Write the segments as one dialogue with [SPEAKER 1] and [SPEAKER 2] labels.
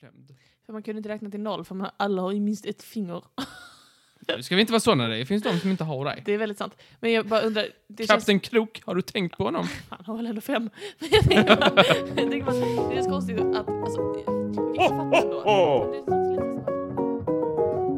[SPEAKER 1] skämd.
[SPEAKER 2] För man kunde inte räkna till noll för man, alla har ju minst ett finger.
[SPEAKER 1] Nu ska vi inte vara såna där. Det finns de som inte har dig.
[SPEAKER 2] Det är väldigt sant. Men jag bara undrar, det känns...
[SPEAKER 1] Kapten Krok, har du tänkt på honom?
[SPEAKER 2] Han har väl ändå fem. Men jag tänker bara- jag tänker bara, det är så konstigt att... Alltså, jag jag fattar ändå. Men det är så lite så här-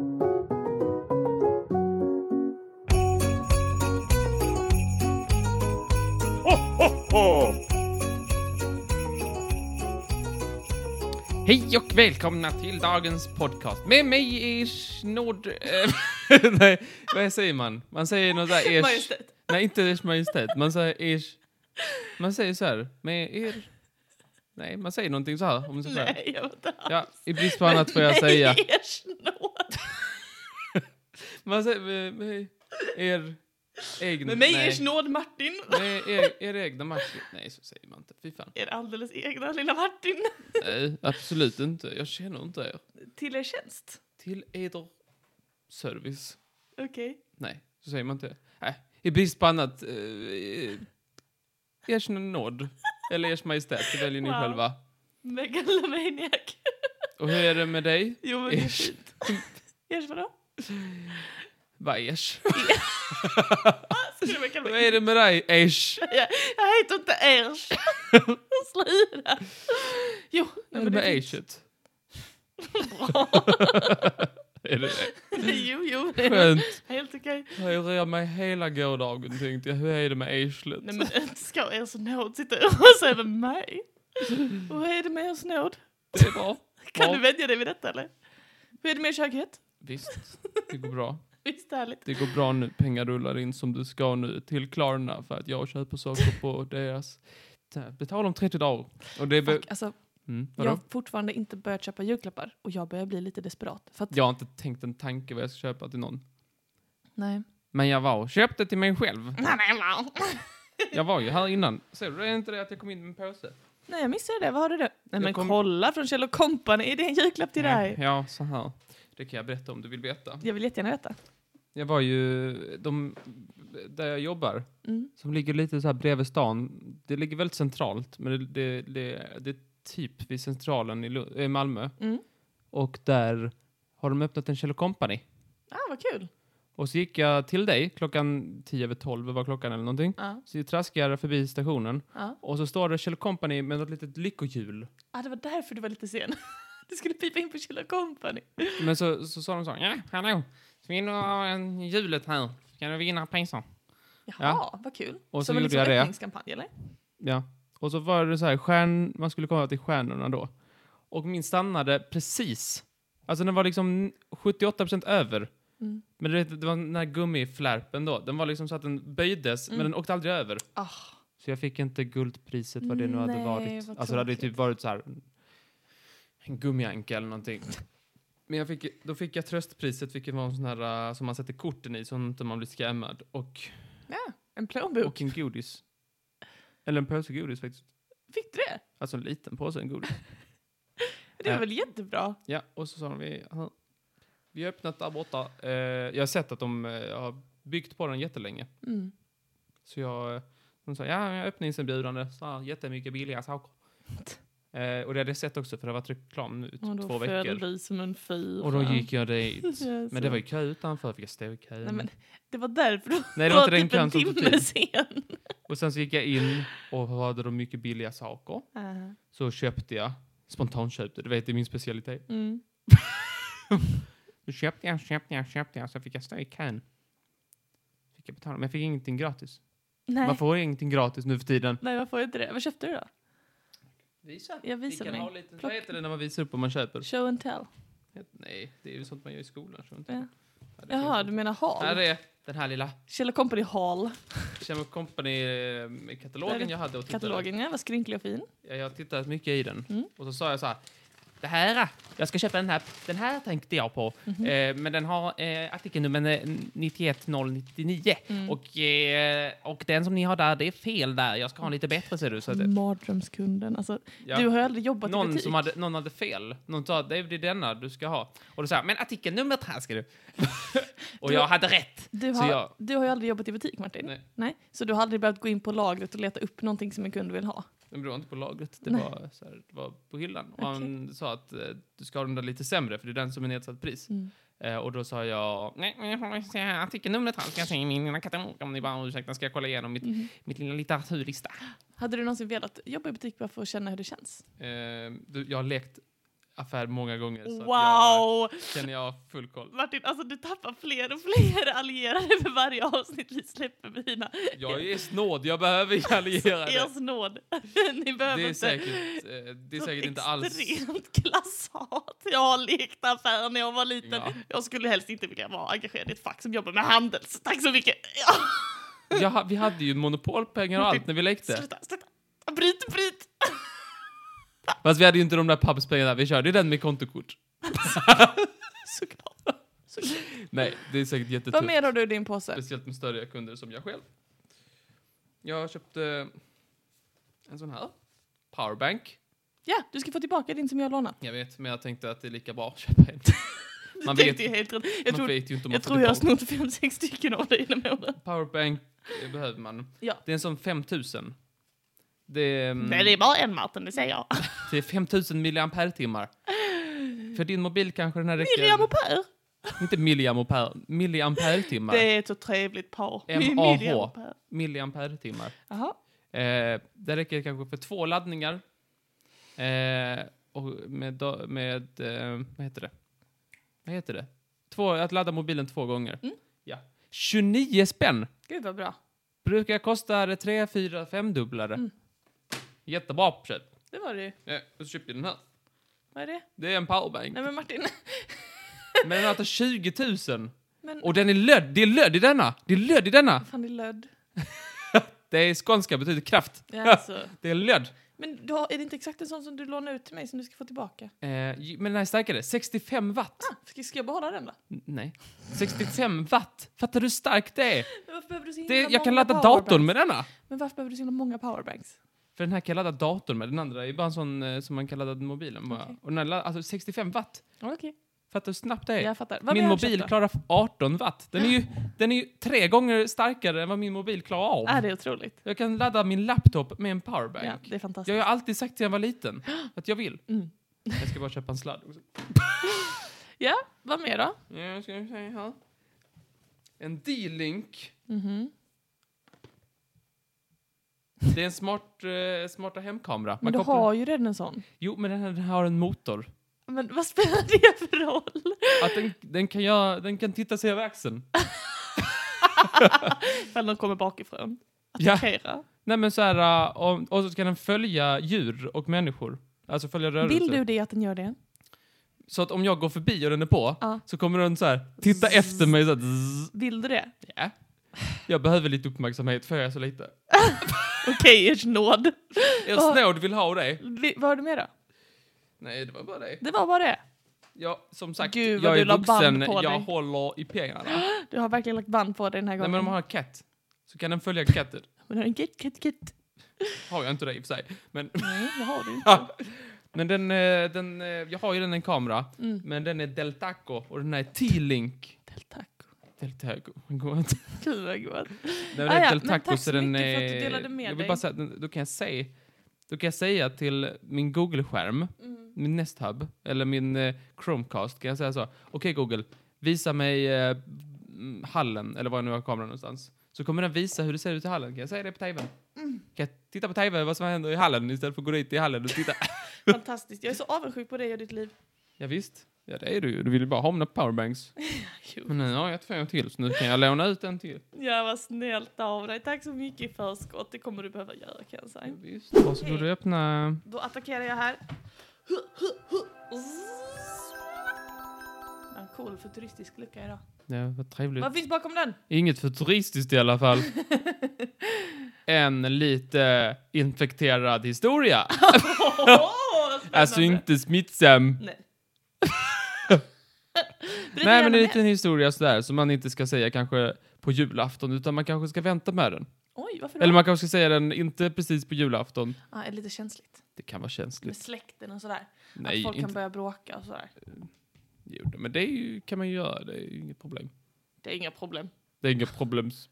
[SPEAKER 1] Hej och välkomna till dagens podcast. Med mig är Snord... eh, Nej, vad säger man? Man säger något där... Ers...
[SPEAKER 2] Majestät.
[SPEAKER 1] Nej, inte Ers Majestät. Man säger ers... Man säger så här, med er... Nej, man säger någonting så här. Om så här.
[SPEAKER 2] Nej, jag vet inte.
[SPEAKER 1] Ja, i brist på annat får jag säga.
[SPEAKER 2] Nej, ers nåd.
[SPEAKER 1] Man säger med, med er... Egna...
[SPEAKER 2] Med mig
[SPEAKER 1] nej.
[SPEAKER 2] ers nåd Martin.
[SPEAKER 1] Med er, er egna Martin. Nej, så säger man inte. Fy fan.
[SPEAKER 2] Er alldeles egna lilla Martin.
[SPEAKER 1] Nej, absolut inte. Jag känner inte er.
[SPEAKER 2] Till er tjänst.
[SPEAKER 1] Till eder service.
[SPEAKER 2] Okej.
[SPEAKER 1] Nej, så säger man inte. Nej, i brist på annat. Eh, eh, ers nåd. Eller ers majestät, det väljer ni
[SPEAKER 2] Wow.
[SPEAKER 1] själva.
[SPEAKER 2] Megalomaniac.
[SPEAKER 1] Och hur är det med dig?
[SPEAKER 2] Jo, men det är
[SPEAKER 1] Ers.
[SPEAKER 2] fint. Ers vadå? Ah,
[SPEAKER 1] Vad är ers?
[SPEAKER 2] Skulle man kalla
[SPEAKER 1] Vad
[SPEAKER 2] mig?
[SPEAKER 1] är det med dig, ers?
[SPEAKER 2] Jag, jag heter inte Ers. Sluta. Jo,
[SPEAKER 1] Vad
[SPEAKER 2] nej,
[SPEAKER 1] är
[SPEAKER 2] men
[SPEAKER 1] det
[SPEAKER 2] det
[SPEAKER 1] med
[SPEAKER 2] är
[SPEAKER 1] erset?
[SPEAKER 2] bra.
[SPEAKER 1] Är det det?
[SPEAKER 2] Jo, jo. det är
[SPEAKER 1] Skönt.
[SPEAKER 2] Helt okej.
[SPEAKER 1] Jag rör mig hela gårdagen tänkte jag. Hur är det med erslet?
[SPEAKER 2] Nej men inte ska Ers nåd sitta och säga över mig. Och vad är det med Ers nåd?
[SPEAKER 1] Det är bra.
[SPEAKER 2] Kan
[SPEAKER 1] Ja.
[SPEAKER 2] du vänja dig vid detta eller? Hur är det med kökhet?
[SPEAKER 1] Visst, det går bra.
[SPEAKER 2] Visst härligt?
[SPEAKER 1] Det går bra nu. Pengar rullar in som du ska nu till Klarna för att jag köper saker på deras... Betala om 30 dagar. Och det är... väl-
[SPEAKER 2] Fuck, alltså,
[SPEAKER 1] Mm,
[SPEAKER 2] jag
[SPEAKER 1] vadå?
[SPEAKER 2] har fortfarande inte börjat köpa julklappar och jag börjar bli lite desperat. För att,
[SPEAKER 1] Jag har inte tänkt en tanke vad jag ska köpa till någon.
[SPEAKER 2] nej.
[SPEAKER 1] Men jag var och köpte till mig själv.
[SPEAKER 2] Nej, nej, nej.
[SPEAKER 1] Jag var ju här innan. Ser du det är inte det att jag kom in med en påse?
[SPEAKER 2] Nej, jag missade det. Vad har du då? Nej, men
[SPEAKER 1] kom-
[SPEAKER 2] kolla från Kjell Company. Är det en julklapp till
[SPEAKER 1] Nej,
[SPEAKER 2] dig?
[SPEAKER 1] Ja, så här. Det kan jag berätta om du vill veta.
[SPEAKER 2] Jag vill jättegärna veta.
[SPEAKER 1] Jag var ju... De, där jag jobbar,
[SPEAKER 2] Mm.
[SPEAKER 1] som ligger lite så här bredvid stan. Det ligger väldigt centralt, men det, det, det, det är typ vid centralen i, Lu- i Malmö.
[SPEAKER 2] Mm.
[SPEAKER 1] Och där har de öppnat en Kjell Company.
[SPEAKER 2] Ah, vad kul.
[SPEAKER 1] Och så gick jag till dig klockan 10 över 12 var klockan eller någonting.
[SPEAKER 2] Ja,
[SPEAKER 1] Så jag traskade förbi stationen
[SPEAKER 2] ja.
[SPEAKER 1] och så står det Kjell Company med något litet lyckohjul.
[SPEAKER 2] Ah, det var därför du var lite sen. Du skulle pipa in på Kjell Company.
[SPEAKER 1] Men så, så sa de så här, ja, hallå, ska vi ha en hjulet här? Kan du vinna pengar?
[SPEAKER 2] Jaha,
[SPEAKER 1] Ja.
[SPEAKER 2] vad kul.
[SPEAKER 1] Och så
[SPEAKER 2] Som en liksom
[SPEAKER 1] gjorde jag det.
[SPEAKER 2] öppningskampanj, eller?
[SPEAKER 1] Ja. Och så var det så här, stjärn, man skulle komma till stjärnorna då. Och min stannade precis. Alltså den var liksom 78% över.
[SPEAKER 2] Mm.
[SPEAKER 1] Men det, det var den här gummiflärpen då. Den var liksom så att den böjdes, men den åkte aldrig över.
[SPEAKER 2] Mm. Ah.
[SPEAKER 1] Så jag fick inte guldpriset vad det nu hade
[SPEAKER 2] Nej,
[SPEAKER 1] varit.
[SPEAKER 2] vad
[SPEAKER 1] Alltså det hade ju
[SPEAKER 2] tråkigt.
[SPEAKER 1] typ varit så här en gummianka eller någonting. Men jag fick, då fick jag tröstpriset, vilket var en sån här uh, som man sätter korten i så att inte man blir skämmad. Och,
[SPEAKER 2] Ja, en plånbok.
[SPEAKER 1] och en godis. Eller en påse godis faktiskt.
[SPEAKER 2] Fick du det?
[SPEAKER 1] Alltså en liten påse, en godis.
[SPEAKER 2] Det var
[SPEAKER 1] Ja.
[SPEAKER 2] väl jättebra?
[SPEAKER 1] Ja, och så sa de vi, "Aha, vi har öppnat där borta. Eh, jag har sett att de eh, har byggt på den jättelänge.
[SPEAKER 2] Mm.
[SPEAKER 1] Så jag, eh, de sa, ja, jag har öppningserbjudande, så här, jättemycket billiga saker. Eh, och det hade jag sett också, för det har varit reklam nu i typ
[SPEAKER 2] Och då
[SPEAKER 1] två
[SPEAKER 2] föll
[SPEAKER 1] veckor.
[SPEAKER 2] vi som en fyr.
[SPEAKER 1] Och då gick jag dit.
[SPEAKER 2] Ja,
[SPEAKER 1] Men
[SPEAKER 2] så.
[SPEAKER 1] det var ju kö utanför, fick jag stå i kön.
[SPEAKER 2] Nej, men det var därför du
[SPEAKER 1] Nej, det var
[SPEAKER 2] var
[SPEAKER 1] inte den
[SPEAKER 2] typ en
[SPEAKER 1] kön som tog
[SPEAKER 2] timme
[SPEAKER 1] tid.
[SPEAKER 2] sen.
[SPEAKER 1] Och sen så gick jag in och hade de mycket billiga saker.
[SPEAKER 2] Ah.
[SPEAKER 1] Så köpte jag, spontanköpte, du vet, det är min specialitet.
[SPEAKER 2] Mm.
[SPEAKER 1] Då köpte jag, köpte jag, köpte jag, så fick jag stå i kön. Fick jag betala, men jag fick ingenting gratis.
[SPEAKER 2] Nej.
[SPEAKER 1] Man får ingenting gratis nu för tiden.
[SPEAKER 2] Nej, varför får jag inte det? Vad köpte du då?
[SPEAKER 1] Visa.
[SPEAKER 2] Jag visar mig.
[SPEAKER 1] lite,
[SPEAKER 2] Plock.
[SPEAKER 1] vad heter det när man visar upp vad man köper?
[SPEAKER 2] Show and tell.
[SPEAKER 1] Nej, det är ju sånt man gör i skolan. Så inte.
[SPEAKER 2] Ja.
[SPEAKER 1] Ja, det
[SPEAKER 2] Jaha,
[SPEAKER 1] finns
[SPEAKER 2] du
[SPEAKER 1] inte.
[SPEAKER 2] menar
[SPEAKER 1] Här
[SPEAKER 2] hall?
[SPEAKER 1] är den här lilla
[SPEAKER 2] Kjell Company hall.
[SPEAKER 1] Chemo
[SPEAKER 2] Där
[SPEAKER 1] Company-katalogen
[SPEAKER 2] är
[SPEAKER 1] eh, jag hade och tittade.
[SPEAKER 2] Katalogen, ja. Vad skrynklig och fin.
[SPEAKER 1] Ja, Jag har tittat mycket i den.
[SPEAKER 2] Mm.
[SPEAKER 1] Och så sa jag så här. Det här, äh, jag ska köpa den här. Den här tänkte jag på.
[SPEAKER 2] Mhm.
[SPEAKER 1] Eh, men den har eh, artikelnummer eh, 91099.
[SPEAKER 2] Mm.
[SPEAKER 1] Och, eh, och den som ni har där, det är fel där. Jag ska ha en lite bättre ser du. Så att,
[SPEAKER 2] Mardrömskunden. Alltså,
[SPEAKER 1] ja.
[SPEAKER 2] Mm. Du har ju aldrig jobbat i
[SPEAKER 1] någon,
[SPEAKER 2] butik.
[SPEAKER 1] som hade, någon hade fel. Någon sa det är det denna du ska ha. Och då sa jag, men artikelnumret här ska du. och
[SPEAKER 2] Du- Mm.
[SPEAKER 1] jag hade rätt.
[SPEAKER 2] Du
[SPEAKER 1] Så
[SPEAKER 2] har,
[SPEAKER 1] jag-
[SPEAKER 2] du har ju aldrig jobbat i butik Martin.
[SPEAKER 1] Nej.
[SPEAKER 2] Så du har aldrig behövt gå in på lagret och leta upp någonting som en kund vill ha.
[SPEAKER 1] Den beror inte på lagret, det
[SPEAKER 2] Nej.
[SPEAKER 1] var, så här, det var på hyllan. Och
[SPEAKER 2] Okej.
[SPEAKER 1] han sa att eh, du ska ha den där lite sämre, för det är den som är nedsatt pris.
[SPEAKER 2] Mm.
[SPEAKER 1] Eh, och då sa jag, nej, men jag får väl se artikelnumret här, ska jag se i min lilla katalog om ni bara ursäktar, ska jag kolla igenom mitt,
[SPEAKER 2] Mhm.
[SPEAKER 1] mitt lilla litteraturlista.
[SPEAKER 2] Hade du någonsin velat jobba i butik bara för att känna hur det känns?
[SPEAKER 1] Eh, du, jag har lekt affär många gånger, så att
[SPEAKER 2] Wow!
[SPEAKER 1] jag känner jag har full koll.
[SPEAKER 2] Martin, alltså du tappar fler och fler allierade för varje avsnitt vi släpper med dina.
[SPEAKER 1] Jag är snåd, jag behöver ju allierade.
[SPEAKER 2] Ers nåd. Ni Alltså, behöver
[SPEAKER 1] Det är
[SPEAKER 2] inte.
[SPEAKER 1] säkert, eh, det är
[SPEAKER 2] Sånt
[SPEAKER 1] säkert inte alls...
[SPEAKER 2] Extremt klasshat. Jag har lekt affär när jag var liten.
[SPEAKER 1] Ja.
[SPEAKER 2] Jag skulle helst inte vilja vara engagerad i ett fack som jobbar med handel. Så tack så mycket. Ja,
[SPEAKER 1] Jag, ha- vi hade ju monopolpengar och allt när vi lekte.
[SPEAKER 2] sluta, sluta. Bryt, bryt.
[SPEAKER 1] Fast vi hade ju inte de där pappspengarna, vi körde ju den med kontokort.
[SPEAKER 2] Såklart. Såklart.
[SPEAKER 1] Nej, det typ- är säkert
[SPEAKER 2] Vad
[SPEAKER 1] jättetufft.
[SPEAKER 2] mer har du i din påse?
[SPEAKER 1] Speciellt med större kunder som jag själv. Jag köpte en sån här. Powerbank.
[SPEAKER 2] Ja, du ska få tillbaka din som jag lånade.
[SPEAKER 1] Jag vet, men jag tänkte att det är lika bra att köpa en. Man
[SPEAKER 2] det
[SPEAKER 1] vet-
[SPEAKER 2] tänkte jag helt rätt. Jag
[SPEAKER 1] Man
[SPEAKER 2] tror
[SPEAKER 1] vet ju inte om man
[SPEAKER 2] jag,
[SPEAKER 1] får
[SPEAKER 2] tror jag har
[SPEAKER 1] tillbaka.
[SPEAKER 2] snott fem, sex stycken av dig genom åren.
[SPEAKER 1] Powerbank eh, behöver man.
[SPEAKER 2] Ja.
[SPEAKER 1] Det är en sån 5000. Det är, mm,
[SPEAKER 2] Nej, det är bara en Martin, det säger jag.
[SPEAKER 1] det är 5000 milliampere-timmar. För din mobil kanske den här räcker...
[SPEAKER 2] Miriam och Per.
[SPEAKER 1] Inte milliampere, milliampere-timmar.
[SPEAKER 2] Det är ett så trevligt par. Mi-
[SPEAKER 1] MAH.
[SPEAKER 2] Miriam och Per.
[SPEAKER 1] Milliampere-timmar.
[SPEAKER 2] Jaha.
[SPEAKER 1] Eh, det räcker kanske för två laddningar. Eh, och med, da- med eh, vad heter det? Vad heter det? Två, att ladda mobilen två gånger.
[SPEAKER 2] Mm.
[SPEAKER 1] Ja. 29 spänn!
[SPEAKER 2] Gud vad bra.
[SPEAKER 1] Brukar kosta 3, 4, 5 dubblare.
[SPEAKER 2] Mm.
[SPEAKER 1] Jättebra köp.
[SPEAKER 2] Det var det ju.
[SPEAKER 1] Eh, och så köpte jag den här.
[SPEAKER 2] Vad är det?
[SPEAKER 1] Det är en powerbank.
[SPEAKER 2] Nej men Martin.
[SPEAKER 1] Men den här tar 20 000.
[SPEAKER 2] Men,
[SPEAKER 1] Och den är lödd. Det är lödd i denna. Det är lödd i denna.
[SPEAKER 2] fan det är lödd.
[SPEAKER 1] Det är skånska, betyder kraft.
[SPEAKER 2] Ja, alltså.
[SPEAKER 1] Det är Eh, lödd.
[SPEAKER 2] Men då är det inte exakt en sån som du lånade ut till mig som du ska få tillbaka?
[SPEAKER 1] Eh, men den här är starkare. 65 watt.
[SPEAKER 2] Ah, ska, ska jag behålla den då?
[SPEAKER 1] N- Nej. 65 watt! Fattar du hur starkt det är?
[SPEAKER 2] Men varför behöver du så himla
[SPEAKER 1] Det, jag kan
[SPEAKER 2] många
[SPEAKER 1] ladda
[SPEAKER 2] powerbanks?
[SPEAKER 1] datorn med denna!
[SPEAKER 2] Men varför behöver du så himla många powerbanks?
[SPEAKER 1] För den här kan jag ladda datorn med, den andra är bara en sån eh, som man kan ladda mobilen bara.
[SPEAKER 2] Okej.
[SPEAKER 1] Och den här, la- alltså 65 watt!
[SPEAKER 2] Okej.
[SPEAKER 1] Fattar du hur snabbt det är?
[SPEAKER 2] Jag fattar. Vad
[SPEAKER 1] min
[SPEAKER 2] mer har du
[SPEAKER 1] mobil
[SPEAKER 2] köpt då?
[SPEAKER 1] klarar 18 watt. Den är, ju, den är ju tre gånger starkare än vad min mobil klarar av.
[SPEAKER 2] Ah, det är otroligt.
[SPEAKER 1] Jag kan ladda min laptop med en powerbank.
[SPEAKER 2] Ja, det är
[SPEAKER 1] Jag
[SPEAKER 2] fantastiskt.
[SPEAKER 1] har alltid sagt sedan jag var liten att jag vill.
[SPEAKER 2] Mm.
[SPEAKER 1] Jag ska bara köpa en sladd. också.
[SPEAKER 2] Ja, vad mer då?
[SPEAKER 1] Ja, ska vi se här. En D-Link.
[SPEAKER 2] Mhm.
[SPEAKER 1] Det är en smart, eh, smarta hemkamera. Man
[SPEAKER 2] Men du
[SPEAKER 1] kopplar-
[SPEAKER 2] har ju redan en sån.
[SPEAKER 1] Jo, men den, här, den har en motor.
[SPEAKER 2] Men vad spelar det för roll?
[SPEAKER 1] Att den, den, kan göra, den kan titta sig över axeln.
[SPEAKER 2] Ifall de kommer bakifrån.
[SPEAKER 1] Ja.
[SPEAKER 2] Attackera.
[SPEAKER 1] Nej, men så här, uh, och, och så ska den följa djur och människor. Alltså följa rörelser.
[SPEAKER 2] Vill du det att den gör det?
[SPEAKER 1] Så att om jag går förbi och den är på,
[SPEAKER 2] Ja.
[SPEAKER 1] så kommer den så här, titta efter mig så här, zzz.
[SPEAKER 2] Vill du det?
[SPEAKER 1] Ja. Jag behöver lite uppmärksamhet, för jag är så lite.
[SPEAKER 2] Okej, ers nåd.
[SPEAKER 1] Er
[SPEAKER 2] Vad-
[SPEAKER 1] snåd vill ha det.
[SPEAKER 2] Vi- Vad har du mer då?
[SPEAKER 1] Nej, det var bara det.
[SPEAKER 2] Det var bara det.
[SPEAKER 1] Ja, som sagt,
[SPEAKER 2] Gud, vad
[SPEAKER 1] jag
[SPEAKER 2] du
[SPEAKER 1] är
[SPEAKER 2] la band
[SPEAKER 1] vuxen,
[SPEAKER 2] på
[SPEAKER 1] jag
[SPEAKER 2] dig.
[SPEAKER 1] håller i pengarna. Nej,
[SPEAKER 2] Du har verkligen lagt band på dig den här gången.
[SPEAKER 1] men om man har katt, så kan den följa katten.
[SPEAKER 2] Men har du en kit, kit, kit?
[SPEAKER 1] Har jag inte det i och för sig, men...
[SPEAKER 2] Nej, det har du inte.
[SPEAKER 1] Ja. Men den, eh, den, eh, jag har ju den en kamera,
[SPEAKER 2] Mm.
[SPEAKER 1] men den är Del Taco och den här är T-Link.
[SPEAKER 2] Del taco.
[SPEAKER 1] Del Taco, den går inte.
[SPEAKER 2] Gud vad gott.
[SPEAKER 1] Nej, men
[SPEAKER 2] Ah,
[SPEAKER 1] det
[SPEAKER 2] ja,
[SPEAKER 1] är Del
[SPEAKER 2] men
[SPEAKER 1] Taco
[SPEAKER 2] tack
[SPEAKER 1] så
[SPEAKER 2] så
[SPEAKER 1] den
[SPEAKER 2] mycket för att du
[SPEAKER 1] är-
[SPEAKER 2] delade med
[SPEAKER 1] Jag vill
[SPEAKER 2] dig.
[SPEAKER 1] bara säga, att den- då kan jag säga, då kan jag säga till min Google-skärm,
[SPEAKER 2] Mm.
[SPEAKER 1] min Nest Hub, eller min eh, Chromecast, kan jag säga så. Okej Google, visa mig eh, mm, hallen, eller var jag nu har kameran någonstans. Så kommer den visa hur det ser ut i hallen, kan jag säga det på tvn?
[SPEAKER 2] Mm.
[SPEAKER 1] Kan jag titta på tv vad som händer i hallen istället för att gå dit i hallen och titta?
[SPEAKER 2] Fantastiskt. Jag är så avundsjuk på dig och ditt liv.
[SPEAKER 1] Ja, visst. Ja, det är du ju. Du vill ju bara ha mina powerbanks.
[SPEAKER 2] Jo.
[SPEAKER 1] Men nu har jag två till, så nu kan jag låna ut en till.
[SPEAKER 2] Ja, vad snällt av dig. Tack så mycket i förskott. Det kommer du behöva göra kan jag
[SPEAKER 1] Ja,
[SPEAKER 2] säga.
[SPEAKER 1] visst. Varsågod och öppna.
[SPEAKER 2] Då attackerar jag här. Hu, hu, hu. Zzz. En cool futuristisk lucka idag.
[SPEAKER 1] Ja, vad trevligt.
[SPEAKER 2] Vad finns bakom den?
[SPEAKER 1] Inget futuristiskt i alla fall. en lite infekterad historia.
[SPEAKER 2] Åh, vad spännande!
[SPEAKER 1] Alltså inte smittsam.
[SPEAKER 2] Nej.
[SPEAKER 1] Nej, men det är en liten historia sådär som man inte ska säga kanske på julafton, utan man kanske ska vänta med den.
[SPEAKER 2] Oj, varför
[SPEAKER 1] Eller
[SPEAKER 2] då?
[SPEAKER 1] man kanske ska säga den inte precis på julafton.
[SPEAKER 2] Ah, är lite känsligt.
[SPEAKER 1] Det kan vara
[SPEAKER 2] Med
[SPEAKER 1] känsligt.
[SPEAKER 2] släkten och sådär. att
[SPEAKER 1] Nej,
[SPEAKER 2] folk kan
[SPEAKER 1] inte.
[SPEAKER 2] börja bråka och sådär.
[SPEAKER 1] Jo, men det är ju, kan man ju göra. Det är ju inget problem.
[SPEAKER 2] Det är inga problem.
[SPEAKER 1] Det är inga problems.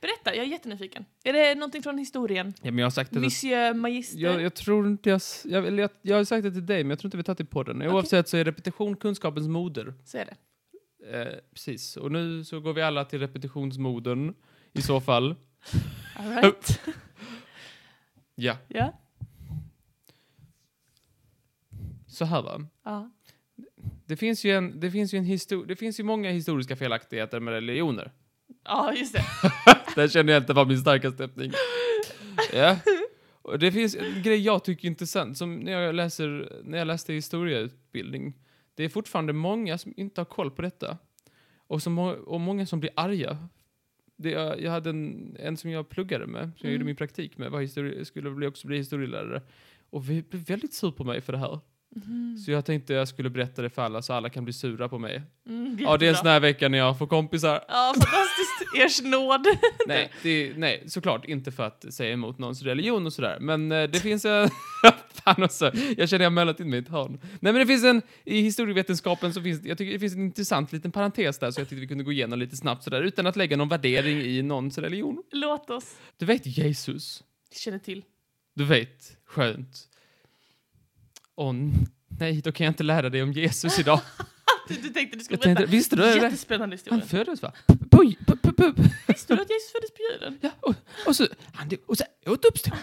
[SPEAKER 2] Berätta, jag är jättenyfiken. Är det någonting från historien?
[SPEAKER 1] Ja, men jag har sagt det.
[SPEAKER 2] Monsieur Magister?
[SPEAKER 1] Jag, jag tror inte jag, s- jag, eller jag... Jag har sagt det till dig, men jag tror inte vi tagit det på den. Oavsett så är repetition kunskapens moder.
[SPEAKER 2] Så är det.
[SPEAKER 1] Eh, precis. Och nu så går vi alla till repetitionsmodern i så fall.
[SPEAKER 2] All right.
[SPEAKER 1] Ja,
[SPEAKER 2] ja.
[SPEAKER 1] så här va.
[SPEAKER 2] ja.
[SPEAKER 1] Det finns ju, en, det finns ju, en histor- det finns ju många historiska felaktigheter med religioner.
[SPEAKER 2] Ja, just det.
[SPEAKER 1] Där känner jag inte var min starkaste öppning. Ja. Och det finns en grej jag tycker är intressant, som när jag, läser, när jag läste historieutbildning. Det är fortfarande många som inte har koll på detta. Och, som, må- och många som blir arga. Det, jag, jag hade en, en som jag pluggade med, som jag gjorde
[SPEAKER 2] Mm.
[SPEAKER 1] min praktik med, var histori- skulle bli, också bli historielärare. Och vi blev väldigt sur på mig för det här.
[SPEAKER 2] Mm.
[SPEAKER 1] Så jag tänkte jag skulle berätta det för alla så alla kan bli sura på mig.
[SPEAKER 2] Mm,
[SPEAKER 1] Ja, det är en
[SPEAKER 2] jättebra.
[SPEAKER 1] sån här vecka när jag får kompisar.
[SPEAKER 2] Ja, fantastiskt. Ers nåd.
[SPEAKER 1] Nej, det, nej, såklart inte för att säga emot någons religion och sådär, men eh, det finns en... Fan också, jag känner jag möllat in mig i ett hörn. Nej men det finns en, i historievetenskapen så finns det- jag tycker det finns en intressant liten parentes där så jag tyckte vi kunde gå igenom lite snabbt sådär utan att lägga någon värdering i någons religion.
[SPEAKER 2] Låt oss.
[SPEAKER 1] Du vet Jesus,
[SPEAKER 2] Jag känner till.
[SPEAKER 1] du vet, skönt. Åh nej, då kan jag inte lära dig om Jesus idag.
[SPEAKER 2] Du, du tänkte du skulle
[SPEAKER 1] Jag tänkte,
[SPEAKER 2] berätta.
[SPEAKER 1] visste du det?
[SPEAKER 2] Jättespännande
[SPEAKER 1] Han
[SPEAKER 2] historia.
[SPEAKER 1] föddes va? Puj, pup, pup, pup.
[SPEAKER 2] Visste du att Jesus föddes på julen?
[SPEAKER 1] Ja, och, och så, han, och så återuppstod.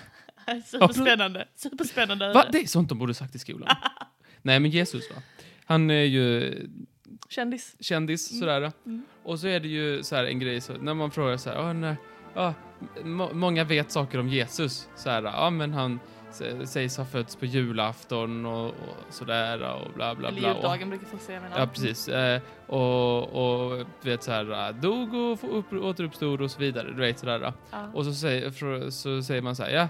[SPEAKER 2] Superspännande. Superspännande.
[SPEAKER 1] Va? Det är sånt de borde sagt i skolan. Nej, men Jesus va? Han är ju
[SPEAKER 2] Kändis.
[SPEAKER 1] kändis sådär.
[SPEAKER 2] Mm.
[SPEAKER 1] Och så är det ju så här en grej så, när man frågar så här, "Ah, när, ah, må, många vet saker om Jesus. Så här, ja men han sä- sägs ha fötts på julafton och, och sådär och bla bla
[SPEAKER 2] Eller
[SPEAKER 1] bla. Och,
[SPEAKER 2] juldagen brukar folk säga. Men,
[SPEAKER 1] ja precis. Eh, och, och du vet så här, dog och få- upp, återuppstod och så vidare. Du vet sådär.
[SPEAKER 2] Ja.
[SPEAKER 1] Och så säger, frå- så säger man så här, ja,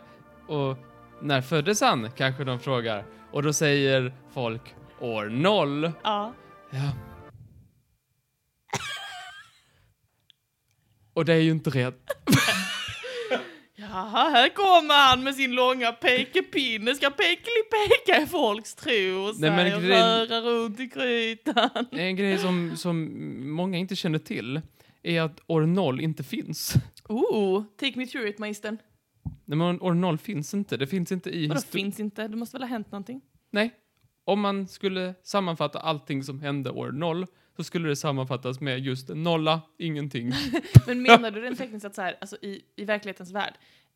[SPEAKER 1] och när föddes han? Kanske de frågar. Och då säger folk år noll.
[SPEAKER 2] ja.
[SPEAKER 1] Ja. Och det är ju inte rätt.
[SPEAKER 2] Jaha, här kommer han med sin långa pekepinne. Ska pekeli-peka i folks tro och, så
[SPEAKER 1] Nej, men
[SPEAKER 2] här, och
[SPEAKER 1] grejen-
[SPEAKER 2] röra runt i grytan.
[SPEAKER 1] En grej som, som många inte känner till är att år noll inte finns.
[SPEAKER 2] Oh, take me through it, magistern.
[SPEAKER 1] Nej, men år noll finns inte. Det finns inte i
[SPEAKER 2] Vadå
[SPEAKER 1] histori-
[SPEAKER 2] finns inte? Det måste väl ha hänt någonting?
[SPEAKER 1] Nej. Om man skulle sammanfatta allting som hände år noll så skulle det sammanfattas med just nolla, ingenting.
[SPEAKER 2] Men menar du rent tekniskt att så här, alltså i, i verklighetens värld,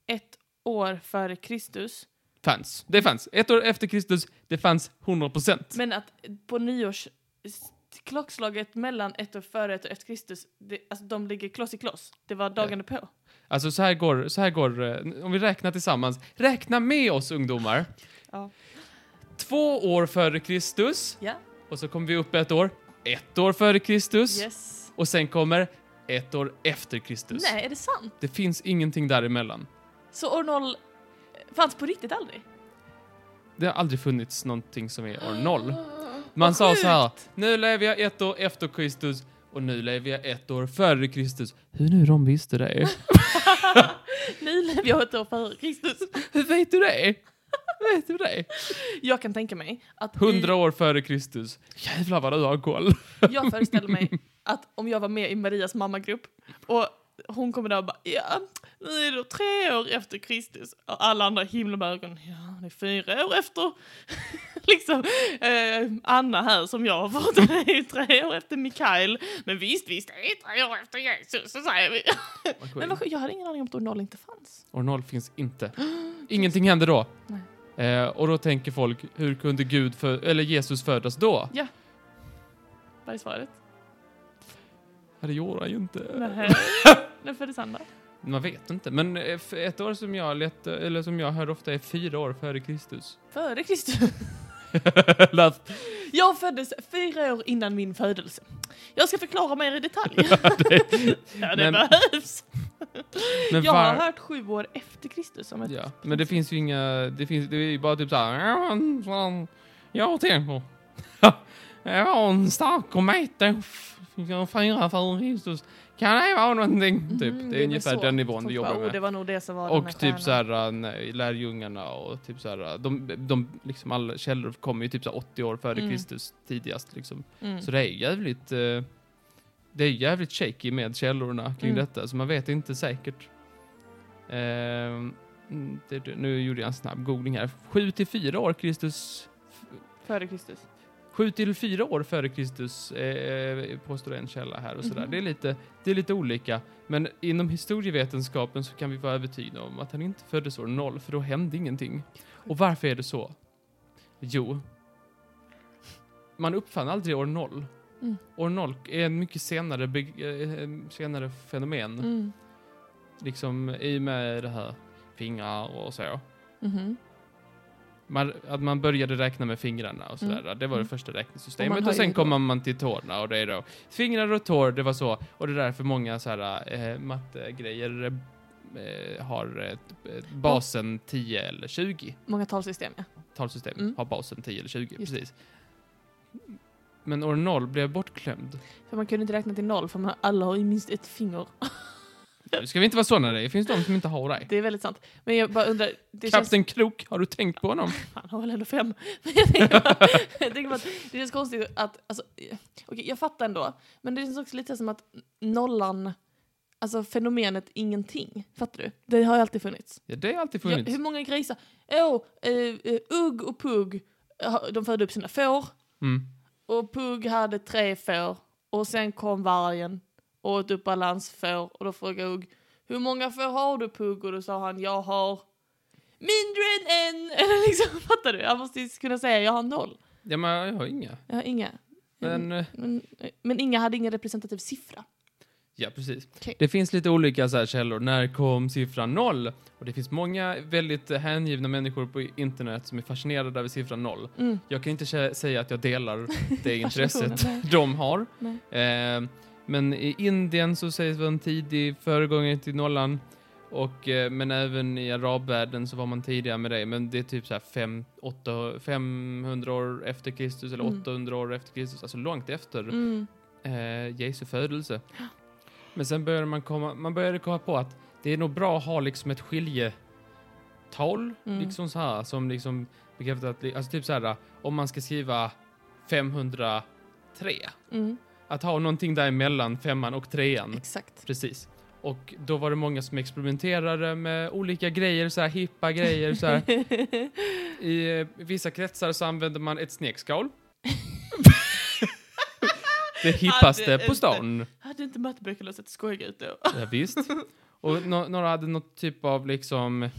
[SPEAKER 2] ett år före Kristus,
[SPEAKER 1] fanns. Det fanns. Ett år efter Kristus, det fanns 100 procent.
[SPEAKER 2] men att på nyårs... s- Klockslaget mellan ett år före och ett år efter Kristus, det, alltså de ligger kloss i kloss. Det var dagen på.
[SPEAKER 1] Alltså så här går, så här går, eh, om vi räknar tillsammans. Räkna med oss ungdomar.
[SPEAKER 2] Ja.
[SPEAKER 1] Två år före Kristus,
[SPEAKER 2] Ja.
[SPEAKER 1] och så kommer vi upp ett år. Ett år före Kristus,
[SPEAKER 2] Yes.
[SPEAKER 1] och sen kommer ett år efter Kristus.
[SPEAKER 2] Nej, är det sant?
[SPEAKER 1] Det finns ingenting däremellan.
[SPEAKER 2] Så år noll eh, fanns på riktigt aldrig?
[SPEAKER 1] Det har aldrig funnits någonting som är år noll. Man sa så här, nu lever jag ett år efter Kristus och nu lever jag ett år före Kristus. Hur nu de visste det?
[SPEAKER 2] Nu lever jag ett år före Kristus.
[SPEAKER 1] Hur vet du det? Hur vet du det?
[SPEAKER 2] Jag kan tänka mig att... eh, i-
[SPEAKER 1] Hundra år före Kristus. Jävlar vad du har koll.
[SPEAKER 2] Jag föreställer mig att om jag var med i Marias mammagrupp och hon kommer där och bara ja, nu är det tre år efter Kristus och alla andra himla med ögonen, ja, det är fyra år efter liksom eh, Anna här som jag har fått, det är ju tre år efter Mikael, men visst, visst, det är tre år efter Jesus, så säger vi. Men vad, sjukt, jag hade ingen aning om att år noll inte fanns.
[SPEAKER 1] År noll finns inte. Ingenting hände då.
[SPEAKER 2] Nej.
[SPEAKER 1] Eh, och då tänker folk, hur kunde Gud för, eller Jesus födas då?
[SPEAKER 2] Vad är svaret?
[SPEAKER 1] Ja, Det gjorde han ju inte.
[SPEAKER 2] Nej. Nu föddes Anna.
[SPEAKER 1] Man vet inte. Men eh, f- ett år som jag, lät, eh, eller som jag hör ofta är fyra år före Kristus.
[SPEAKER 2] Före Kristus.
[SPEAKER 1] Lät-
[SPEAKER 2] Jag föddes fyra år innan min födelse. Jag ska förklara mer i detalj. ja, det
[SPEAKER 1] men-
[SPEAKER 2] behövs.
[SPEAKER 1] Men
[SPEAKER 2] Jag har
[SPEAKER 1] var-
[SPEAKER 2] hört sju år efter Kristus som ett...
[SPEAKER 1] Ja, men det finns ju inga... Det, finns, det är ju bara typ såhär... Jag tänker... Det var en stark komet den f- fyra före Kristus. Kan det vara någonting? Typ,
[SPEAKER 2] Mm,
[SPEAKER 1] det är
[SPEAKER 2] väl
[SPEAKER 1] ungefär
[SPEAKER 2] så.
[SPEAKER 1] den nivån
[SPEAKER 2] Folk
[SPEAKER 1] vi
[SPEAKER 2] bara,
[SPEAKER 1] jobbar
[SPEAKER 2] Oh, det
[SPEAKER 1] med.
[SPEAKER 2] var nog det som var den här
[SPEAKER 1] Och typ
[SPEAKER 2] stjärnan."
[SPEAKER 1] såhär, nej, lärjungarna och typ såhär, de, de liksom alla källor kommer ju typ såhär 80 år före
[SPEAKER 2] Mm.
[SPEAKER 1] Kristus tidigast liksom.
[SPEAKER 2] Mm.
[SPEAKER 1] Så det är ju jävligt, eh, det är jävligt shaky med källorna kring
[SPEAKER 2] Mm.
[SPEAKER 1] detta, så man vet inte säkert. Ehm, mm, det, det, nu gjorde jag en snabb googling här. 7 till 4 år Kristus...
[SPEAKER 2] Före Kristus.
[SPEAKER 1] 7 till 4 år före Kristus eh, påstår en källa här och sådär.
[SPEAKER 2] Mhm.
[SPEAKER 1] Det, är lite, det är lite olika, men inom historievetenskapen så kan vi vara övertygade om att han inte föddes år 0, för då hände ingenting. Och varför är det så? Jo, man uppfann aldrig år 0.
[SPEAKER 2] Mm.
[SPEAKER 1] År 0 är en mycket senare, beg- eh, eh, senare fenomen,
[SPEAKER 2] Mm.
[SPEAKER 1] liksom i och med det här fingrar och så.
[SPEAKER 2] Mhm.
[SPEAKER 1] Man, att man började räkna med fingrarna och sådär. Det var det
[SPEAKER 2] Mm.
[SPEAKER 1] första
[SPEAKER 2] Och man
[SPEAKER 1] räknesystemet.
[SPEAKER 2] har
[SPEAKER 1] Och sen
[SPEAKER 2] ju-
[SPEAKER 1] kommer man till tårna och det är då fingrar och tår, det var så. Och det är därför många så här eh, mattegrejer eh, har eh, basen 10 eller 20.
[SPEAKER 2] Många talsystem, ja.
[SPEAKER 1] Talsystem
[SPEAKER 2] Mm.
[SPEAKER 1] har basen 10 eller 20,
[SPEAKER 2] Just det.
[SPEAKER 1] precis. Men år 0 blev bortglömd.
[SPEAKER 2] För man kunde inte räkna till noll för man, alla har ju minst ett finger.
[SPEAKER 1] Nu ska vi inte vara såna det finns de som inte har det.
[SPEAKER 2] Det är väldigt sant. Men jag bara undrar, det känns...
[SPEAKER 1] Kapten Krok, har du tänkt på honom?
[SPEAKER 2] Han har väl ändå fem. Men jag tänker bara, jag tänker bara att det känns konstigt att, alltså, eh, okej, jag fattar ändå. Men det känns också lite som att nollan, alltså fenomenet ingenting. Fattar du? Det har ju alltid funnits.
[SPEAKER 1] Ja, det har alltid
[SPEAKER 2] Ja,
[SPEAKER 1] funnits.
[SPEAKER 2] hur många grisar? Åh, eh, eh, Ugg och Pugg, eh, de födde upp sina får.
[SPEAKER 1] Mm.
[SPEAKER 2] Och Pugg hade tre får. Och sen kom vargen och åt upp alla hans får. Och då frågade Ugg, hur många får har du Pugg? Och då sa han, jag har mindre än en. Eller liksom, fattar du? Han måste ju kunna säga, jag har noll.
[SPEAKER 1] Ja, men jag har inga.
[SPEAKER 2] Jag har inga. Mm.
[SPEAKER 1] Men... eh,
[SPEAKER 2] Men, men inga hade ingen representativ siffra.
[SPEAKER 1] Ja, precis.
[SPEAKER 2] Okej.
[SPEAKER 1] Det finns lite olika så här källor. När kom siffran noll? Och det finns många väldigt eh, hängivna människor på internet som är fascinerade över siffran noll.
[SPEAKER 2] Mm.
[SPEAKER 1] Jag kan inte kä- säga att jag delar det intresset
[SPEAKER 2] Fascinationen,
[SPEAKER 1] de har.
[SPEAKER 2] Nej.
[SPEAKER 1] Eh, men i Indien så sägs vara en tidig föregångare till nollan. Och, eh, men även i arabvärlden så var man tidigare med det. Men det är typ så här fem, åtta, 500 år efter Kristus eller
[SPEAKER 2] Mm.
[SPEAKER 1] 800 år efter Kristus. Alltså långt efter
[SPEAKER 2] Mm.
[SPEAKER 1] eh, Jesu födelse. Men sen började man komma, man började komma på att det är nog bra att ha liksom ett skiljetal,
[SPEAKER 2] Mm.
[SPEAKER 1] liksom så här, som liksom bekräftar att, alltså typ så här, om man ska skriva 503,
[SPEAKER 2] Mm.
[SPEAKER 1] att ha någonting däremellan, femman och trean.
[SPEAKER 2] Exakt.
[SPEAKER 1] Precis. Och då var det många som experimenterade med olika grejer, så här hippa grejer. Så här. I eh, vissa kretsar så använde man ett snekskal. det hippaste
[SPEAKER 2] Hade
[SPEAKER 1] på
[SPEAKER 2] inte-
[SPEAKER 1] stan.
[SPEAKER 2] Hade inte matteböckerna sett skojiga ut då?
[SPEAKER 1] Ja, visst. Och no några hade något typ av liksom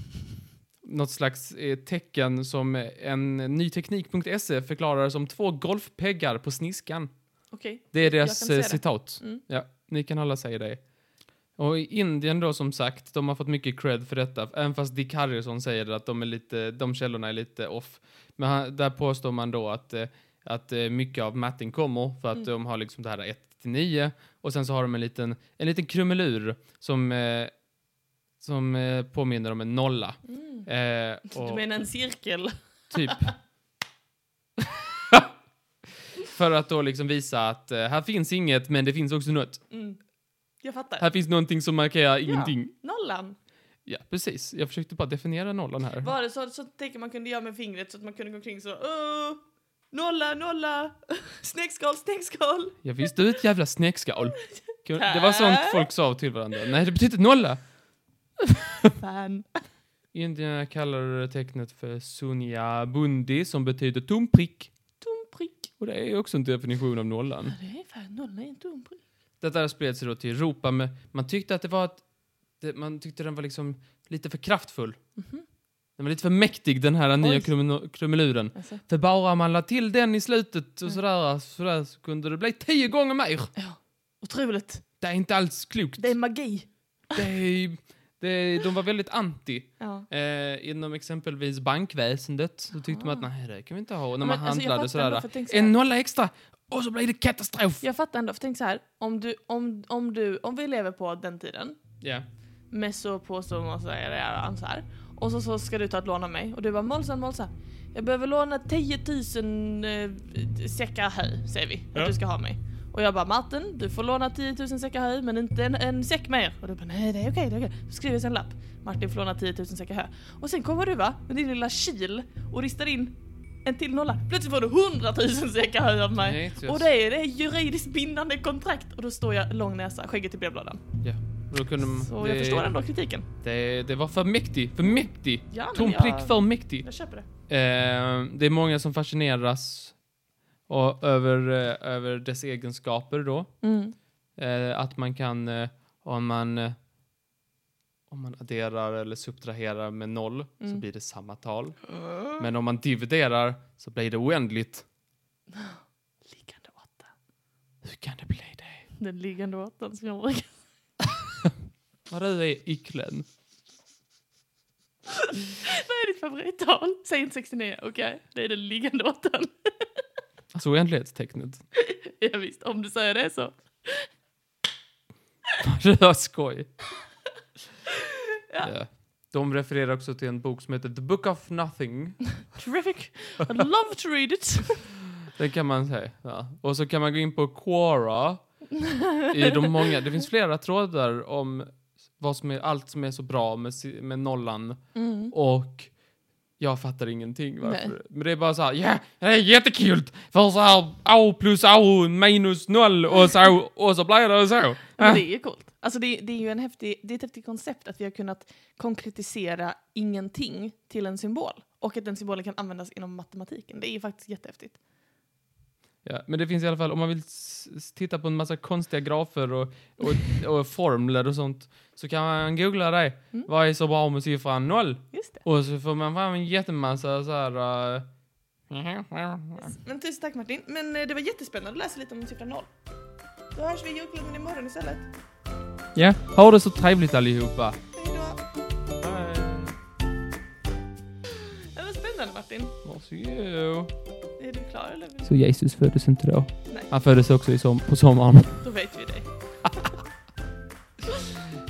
[SPEAKER 1] något slags eh, tecken som en nyteknik.se förklarar E som två golfpeggar på sniskan.
[SPEAKER 2] Okej.
[SPEAKER 1] Det är
[SPEAKER 2] kan
[SPEAKER 1] deras
[SPEAKER 2] se
[SPEAKER 1] eh,
[SPEAKER 2] det.
[SPEAKER 1] citat.
[SPEAKER 2] Mm.
[SPEAKER 1] Ja, ni kan alla säga det. Och i Indien då som sagt, de har fått mycket cred för detta, även fast Dick Harrison säger att de, är lite, de källorna är lite off. Men han, där påstår man då att, eh, att eh, mycket av matten kommer för att
[SPEAKER 2] Mm.
[SPEAKER 1] de har liksom det här 1 till 9 och sen så har de en liten, en liten krumelur som, eh, som eh, påminner om en nolla.
[SPEAKER 2] Mm.
[SPEAKER 1] Eh,
[SPEAKER 2] Du
[SPEAKER 1] och-
[SPEAKER 2] menar en cirkel?
[SPEAKER 1] Typ. För att då liksom visa att eh, här finns inget, men det finns också något.
[SPEAKER 2] Mm. Jag fattar.
[SPEAKER 1] Här finns någonting som markerar ingenting.
[SPEAKER 2] Nollan.
[SPEAKER 1] Ja, precis. Jag försökte bara definiera nollan här.
[SPEAKER 2] Var det så, så tänker man kunde göra med fingret så att man kunde gå omkring så "Åh, Nolla, nolla, snäckskal, snäckskal.
[SPEAKER 1] Jag visste du är ett jävla snäckskal. Kul. Det var sånt folk sa till varandra. Nej, det betyder nolla.
[SPEAKER 2] Fan.
[SPEAKER 1] Indierna kallar tecknet för sunya bundi som betyder tom prick.
[SPEAKER 2] Tom prick.
[SPEAKER 1] Och det är ju också en definition av nollan.
[SPEAKER 2] Det är fan, nolla är en tom prick.
[SPEAKER 1] Detta spred sig då till Europa, men man tyckte att det var att... Det, man tyckte den var liksom lite för kraftfull.
[SPEAKER 2] Mhm.
[SPEAKER 1] Den var lite för mäktig, den här nya krumen- krumeluren.
[SPEAKER 2] Alltså.
[SPEAKER 1] För bara man la till den i slutet och
[SPEAKER 2] Mm.
[SPEAKER 1] sådär, sådär så kunde det bli tio gånger mer.
[SPEAKER 2] Otroligt.
[SPEAKER 1] Det är inte alls klokt.
[SPEAKER 2] Det är magi.
[SPEAKER 1] Det är, det är, de var väldigt anti.
[SPEAKER 2] Ja.
[SPEAKER 1] Eh, inom exempelvis bankväsendet så tyckte man att nej, det kan vi inte ha. Och när
[SPEAKER 2] Ah. Men
[SPEAKER 1] man
[SPEAKER 2] alltså, jag
[SPEAKER 1] handlade
[SPEAKER 2] fattar ändå,
[SPEAKER 1] sådär,
[SPEAKER 2] för tänk så här.
[SPEAKER 1] en nolla extra och så blir det katastrof.
[SPEAKER 2] Jag fattar ändå, för tänk så här. Om, du, om, om, du, om vi lever på den tiden
[SPEAKER 1] Ja.
[SPEAKER 2] med så på så massa ansvar. Och så, så ska du ta ett lån av mig och du bara Målsan, Målsan. Jag behöver låna 10 000 eh, säckar hö, säger vi.
[SPEAKER 1] Ja.
[SPEAKER 2] Att du ska ha mig. Och jag bara Martin, du får låna 10 000 säckar hö men inte en, en säck mer. Och du bara nej det är okej, det är okej. Så skriver jag en lapp. Martin får låna 10 000 säckar hö. Och sen kommer du va, med din lilla kil och ristar in en till nolla. Plötsligt får du hundratusen säckar hö av mig.
[SPEAKER 1] Nej,
[SPEAKER 2] Och det är, det är juridiskt bindande kontrakt och då står jag lång näsa, skägget i brevlådan.
[SPEAKER 1] Då kunde de-
[SPEAKER 2] Så
[SPEAKER 1] Mm, det,
[SPEAKER 2] jag förstår ändå kritiken.
[SPEAKER 1] Det, det var för mäktig, för mäktig.
[SPEAKER 2] Ja, men
[SPEAKER 1] Tom
[SPEAKER 2] jag-
[SPEAKER 1] prick för mäktig.
[SPEAKER 2] Jag köper det.
[SPEAKER 1] Eh, det är många som fascineras och, över, eh, över dess egenskaper då.
[SPEAKER 2] Mm.
[SPEAKER 1] Eh, att man kan, eh, om man eh, om man adderar eller subtraherar med noll så
[SPEAKER 2] Mm.
[SPEAKER 1] blir det samma tal. Men om man dividerar så blir det oändligt.
[SPEAKER 2] Liggande åtta.
[SPEAKER 1] Hur kan det bli det?
[SPEAKER 2] Den liggande åttan som jag brukar...
[SPEAKER 1] Vad du är ycklen.
[SPEAKER 2] Vad är ditt favorittal? Säg inte 69, okej? Det är den liggande åttan.
[SPEAKER 1] Alltså oändlighetstecknet.
[SPEAKER 2] ja, visst, om du säger det så.
[SPEAKER 1] Det var skoj.
[SPEAKER 2] Ja.
[SPEAKER 1] Ja. De refererar också till en bok som heter The Book of Nothing.
[SPEAKER 2] Terrific. I'd love to read it.
[SPEAKER 1] Det kan man säga. Ja. Och så kan man gå in på Quora. I de många, det finns flera trådar om vad som är, allt som är så bra med, si- med nollan.
[SPEAKER 2] Mm.
[SPEAKER 1] Och jag fattar ingenting varför.
[SPEAKER 2] Nej.
[SPEAKER 1] Men det är bara så här, ja, det är jättekul! För så här, au plus au minus noll och så, och så blir det så.
[SPEAKER 2] Men
[SPEAKER 1] Ah.
[SPEAKER 2] det är ju coolt. Alltså det, det är ju en häftig, det är ett häftigt koncept att vi har kunnat konkretisera ingenting till en symbol. Och att den symbolen kan användas inom matematiken. Det är ju faktiskt jättehäftigt.
[SPEAKER 1] Ja, men det finns i alla fall, om man vill s- s- titta på en massa konstiga grafer och, och, och formler och sånt, så kan man googla det.
[SPEAKER 2] Mm.
[SPEAKER 1] Vad är så bra med siffran noll?
[SPEAKER 2] Just det.
[SPEAKER 1] Och så får man fram en jättemassa så här... eh,
[SPEAKER 2] Men tusen tack Martin. Men eh, det var jättespännande att läsa lite om siffran noll. Då hörs vi i julklubben imorgon istället.
[SPEAKER 1] Ja, ha det så trevligt allihopa.
[SPEAKER 2] Hej då. Det var spännande Martin.
[SPEAKER 1] Varsågod.
[SPEAKER 2] Är du klar eller?
[SPEAKER 1] Så Jesus föddes inte då?
[SPEAKER 2] Nej.
[SPEAKER 1] Han föddes också i som, på sommaren.
[SPEAKER 2] Då vet vi det.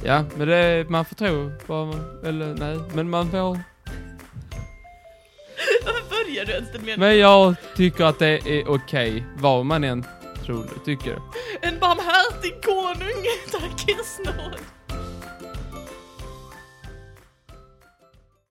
[SPEAKER 1] Ja, men det, man får tro vad man, eller nej, men man får.
[SPEAKER 2] Varför börjar du ens den meningen?
[SPEAKER 1] Men jag tycker att det är okej, vad man än tror, tycker.
[SPEAKER 2] En barmhärtig konung. Tack.